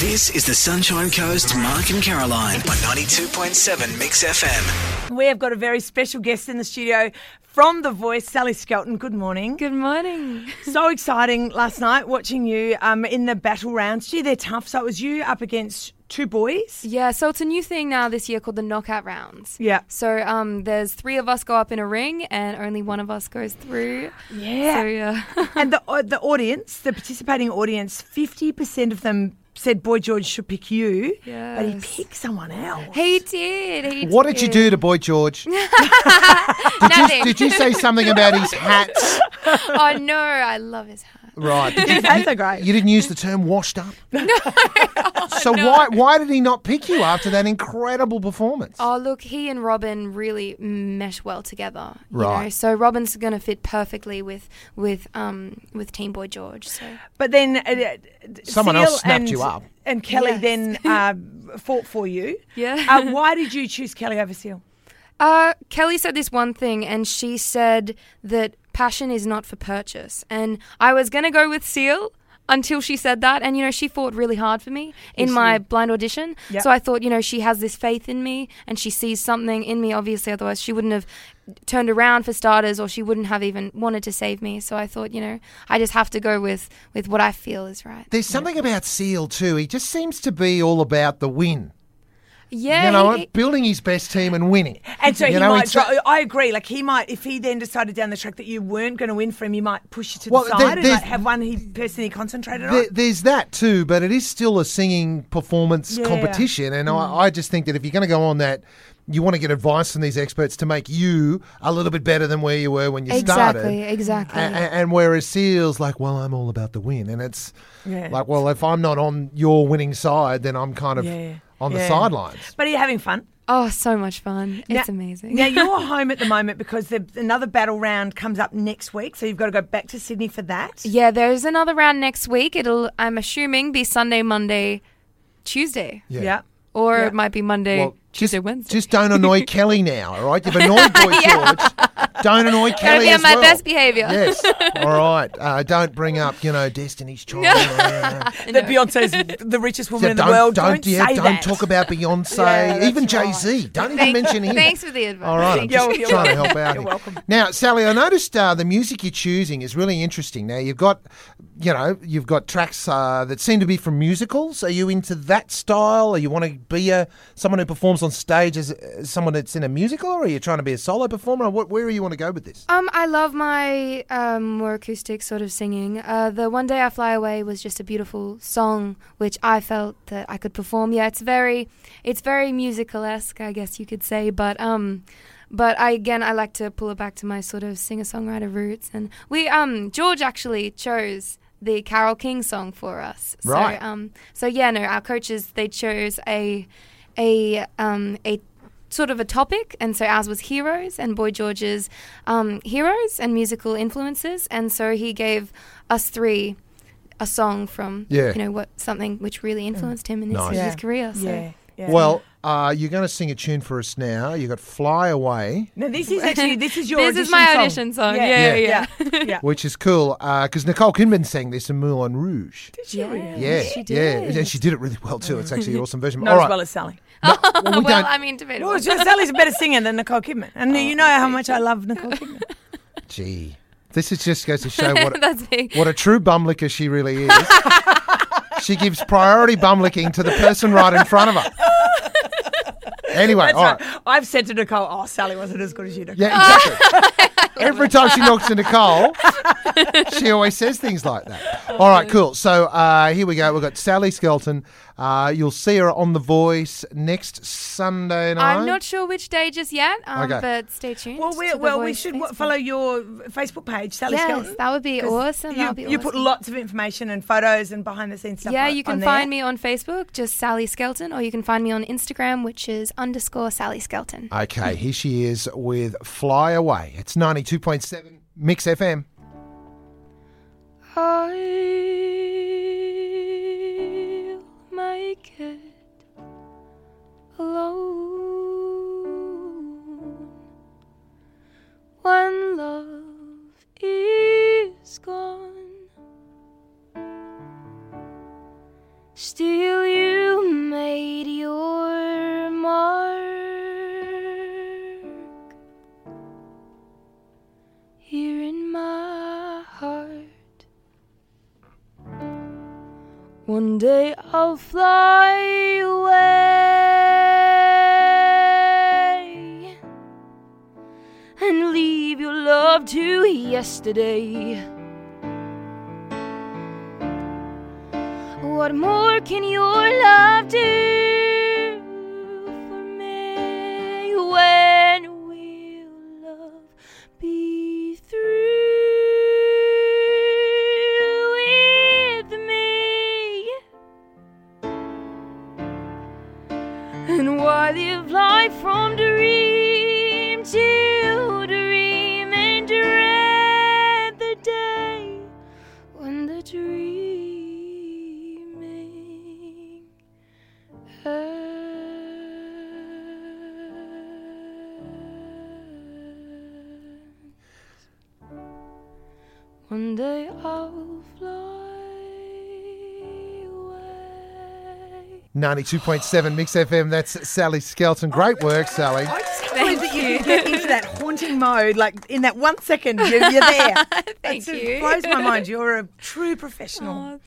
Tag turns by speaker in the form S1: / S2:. S1: This is the Sunshine Coast Mark and Caroline on 92.7 Mix FM.
S2: We have got a very special guest in the studio from The Voice, Sally Skelton. Good morning.
S3: Good morning.
S2: So exciting last night watching you um, in the battle rounds. Gee, they're tough. So it was you up against two boys.
S3: Yeah, so it's a new thing now this year called the knockout rounds.
S2: Yeah.
S3: So um, there's three of us go up in a ring, and only one of us goes through. So
S2: Yeah.
S3: yeah.
S2: and the, uh, the audience, the participating audience, 50% of them said Boy George should pick you, but he
S3: Yes.
S2: picked someone else.
S3: he did. He
S4: What did you do to Boy George? Did you,
S3: Nothing.
S4: did you say something about his hats?
S3: oh no, I love his hat.
S4: Right. Did you,
S2: That's so great.
S4: you didn't use the term washed up. so why why did he not pick you after that incredible performance?
S3: Oh look, he and Robin really mesh well together. You Know?
S4: Right.
S3: So Robin's gonna fit perfectly with with um with Team Boy George. So
S2: But then uh, uh,
S4: Someone
S2: Seal
S4: else snapped
S2: and,
S4: you up.
S2: And Kelly
S3: Yes.
S2: then uh, fought for you.
S3: Yeah.
S2: Uh, why did you choose Kelly over Seal?
S3: Uh, Kelly said this one thing, and she said that passion is not for purchase. And I was going to go with Seal until she said that. And, you know, she fought really hard for me in my blind audition.
S2: Yep.
S3: So I thought, you know, she has this faith in me and she sees something in me, obviously, otherwise she wouldn't have turned around for starters or she wouldn't have even wanted to save me. So I thought, you know, I just have to go with, with what I feel is right.
S4: There's something about Seal too. He just seems to be all about the win.
S3: Yeah. e
S4: you know,
S3: he-
S4: building his best team and winning.
S2: And so
S4: You
S2: he
S4: know,
S2: might.
S4: it's-
S2: Dro- I agree. Like he might, if he then decided down the track that you weren't going to win for him, you might push you to
S4: Well,
S2: the
S4: there-
S2: side and
S4: there's-
S2: like, have one he person he concentrated
S4: There,
S2: on.
S4: there's that too, but it is still a singing performance
S2: Yeah.
S4: competition, and
S3: Mm.
S4: I, I just think that if you're going to go on that, you want to get advice from these experts to make you a little bit better than where you were when you started.
S3: Exactly, exactly.
S4: And, and whereas Seal's like, well, I'm all about the win, and it's
S2: Yeah.
S4: like, well, if I'm not on your winning side, then I'm kind of
S2: Yeah.
S4: on
S2: Yeah.
S4: the sidelines.
S2: But are you having fun?
S3: oh, so much fun. It's
S2: Now-
S3: amazing.
S2: Now you're home at the moment because the, another battle round comes up next week, so you've got to go back to Sydney for that.
S3: Yeah, there's another round next week. It'll, I'm assuming, be Sunday, Monday, Tuesday,
S4: Yeah.
S3: or
S2: Yeah.
S3: it might be Monday,
S4: Well,
S3: Tuesday,
S4: just,
S3: Wednesday.
S4: just don't annoy Kelly now, all right? You've annoyed Boy George. Don't annoy
S3: Gotta
S4: Kelly
S3: be on
S4: as
S3: my
S4: well.
S3: best behavior.
S4: Yes. All right. Uh, don't bring up, you know, Destiny's Child. Yeah.
S2: That Beyonce's the richest woman in the
S4: don't,
S2: world.
S4: Don't,
S2: Don't,
S4: yeah,
S2: say
S4: don't
S2: that.
S4: talk about Beyonce.
S2: Yeah, that's
S4: even Jay Z. Don't even mention him.
S3: Thanks for the advice.
S4: All right, I'm
S3: Thank you.
S4: just
S2: You're
S4: trying to help out.
S2: You're
S4: here.
S2: welcome.
S4: Now, Sally, I noticed uh, the music you're choosing is really interesting. Now, you've got, you know, you've got tracks uh, that seem to be from musicals. Are you into that style? Or you want to be a someone who performs on stage as, as someone that's in a musical, or are you trying to be a solo performer? Or what, where do you want to go with this?
S3: Um, I love my um, more acoustic sort of singing. Uh, the One Day I Fly Away was just a beautiful song, which I felt that I could perform. Yeah, it's very, it's very musical esque, I guess you could say. But um, but I again, I like to pull it back to my sort of singer songwriter roots. And we um, George actually chose the Carol King song for us.
S4: Right.
S3: So, um, so yeah, no, our coaches they chose a a um, a sort of a topic, and so ours was heroes and Boy George's um, heroes and musical influences, and so he gave us three a song from
S4: Yeah.
S3: you know what something which really influenced him in his,
S4: Nice.
S3: his
S2: Yeah.
S3: career. So.
S2: Mm. Yeah. yeah.
S4: Well, uh, you're going to sing a tune for us now. You've got "Fly Away,"
S2: no, this is actually this is your
S3: This
S2: audition
S3: is my
S2: song.
S3: audition song. Yeah,
S2: Yeah.
S3: yeah,
S2: Yeah.
S3: yeah.
S2: yeah.
S4: which is cool because Nicole Kidman sang this in Moulin Rouge.
S3: Yeah,
S4: Yeah,
S3: she
S4: yeah,
S3: did.
S4: and she did it really well too. It's actually an awesome version.
S2: Not
S4: All
S2: as
S4: right,
S2: well as Sally.
S4: well, we
S3: well,
S4: don't-
S3: I mean, debatable.
S2: Well, Sally's a better singer than Nicole Kidman,
S3: Oh.
S2: and you know how much I love Nicole Kidman.
S4: Gee, this is just goes to show what
S3: That's me.
S4: what a true bumlicker she really is. she gives priority bumlicking to the person right in front of her. Anyway, all right.
S2: I've said to Nicole, "Oh, Sally wasn't as good as you." Nicole.
S4: Yeah, exactly. Every time she knocks into Nicole, she always says things like that. All right, cool. So uh, here we go. We've got Sally Skelton. Uh, you'll see her on The Voice next Sunday night.
S3: I'm not sure which day just yet, um,
S4: Okay.
S3: but stay tuned.
S2: Well,
S3: to
S2: we
S3: The
S2: well we
S3: Voice
S2: should w
S3: Facebook.
S2: follow your Facebook page, Sally
S3: Yes,
S2: Skelton.
S3: that would be
S2: 'cause
S3: awesome.
S2: You,
S3: that would be
S2: you put
S3: awesome.
S2: lots of information and photos and behind the scenes stuff.
S3: Yeah,
S2: on-
S3: you
S2: on
S3: can
S2: there.
S3: find me on Facebook, just Sally Skelton, or you can find me on Instagram, which is underscore Sally Skelton.
S4: Okay, here she is with Fly Away. It's 92.7 Mix FM.
S3: I'll make it alone when love is gone. Still, One day I'll fly away and leave your love to yesterday. What more can your love do for me? When will love be through with me? And why live life from dream to dream and dread the day when the dreaming ends. One day I'll fly away.
S4: 92.7 Mix FM. That's Sally Skelton. Great work, Sally.
S2: I just can't believe that you can get into that haunting mode. Like in that one second, you're, you're there. Thank
S3: you.
S2: It blows my mind. You're a true professional.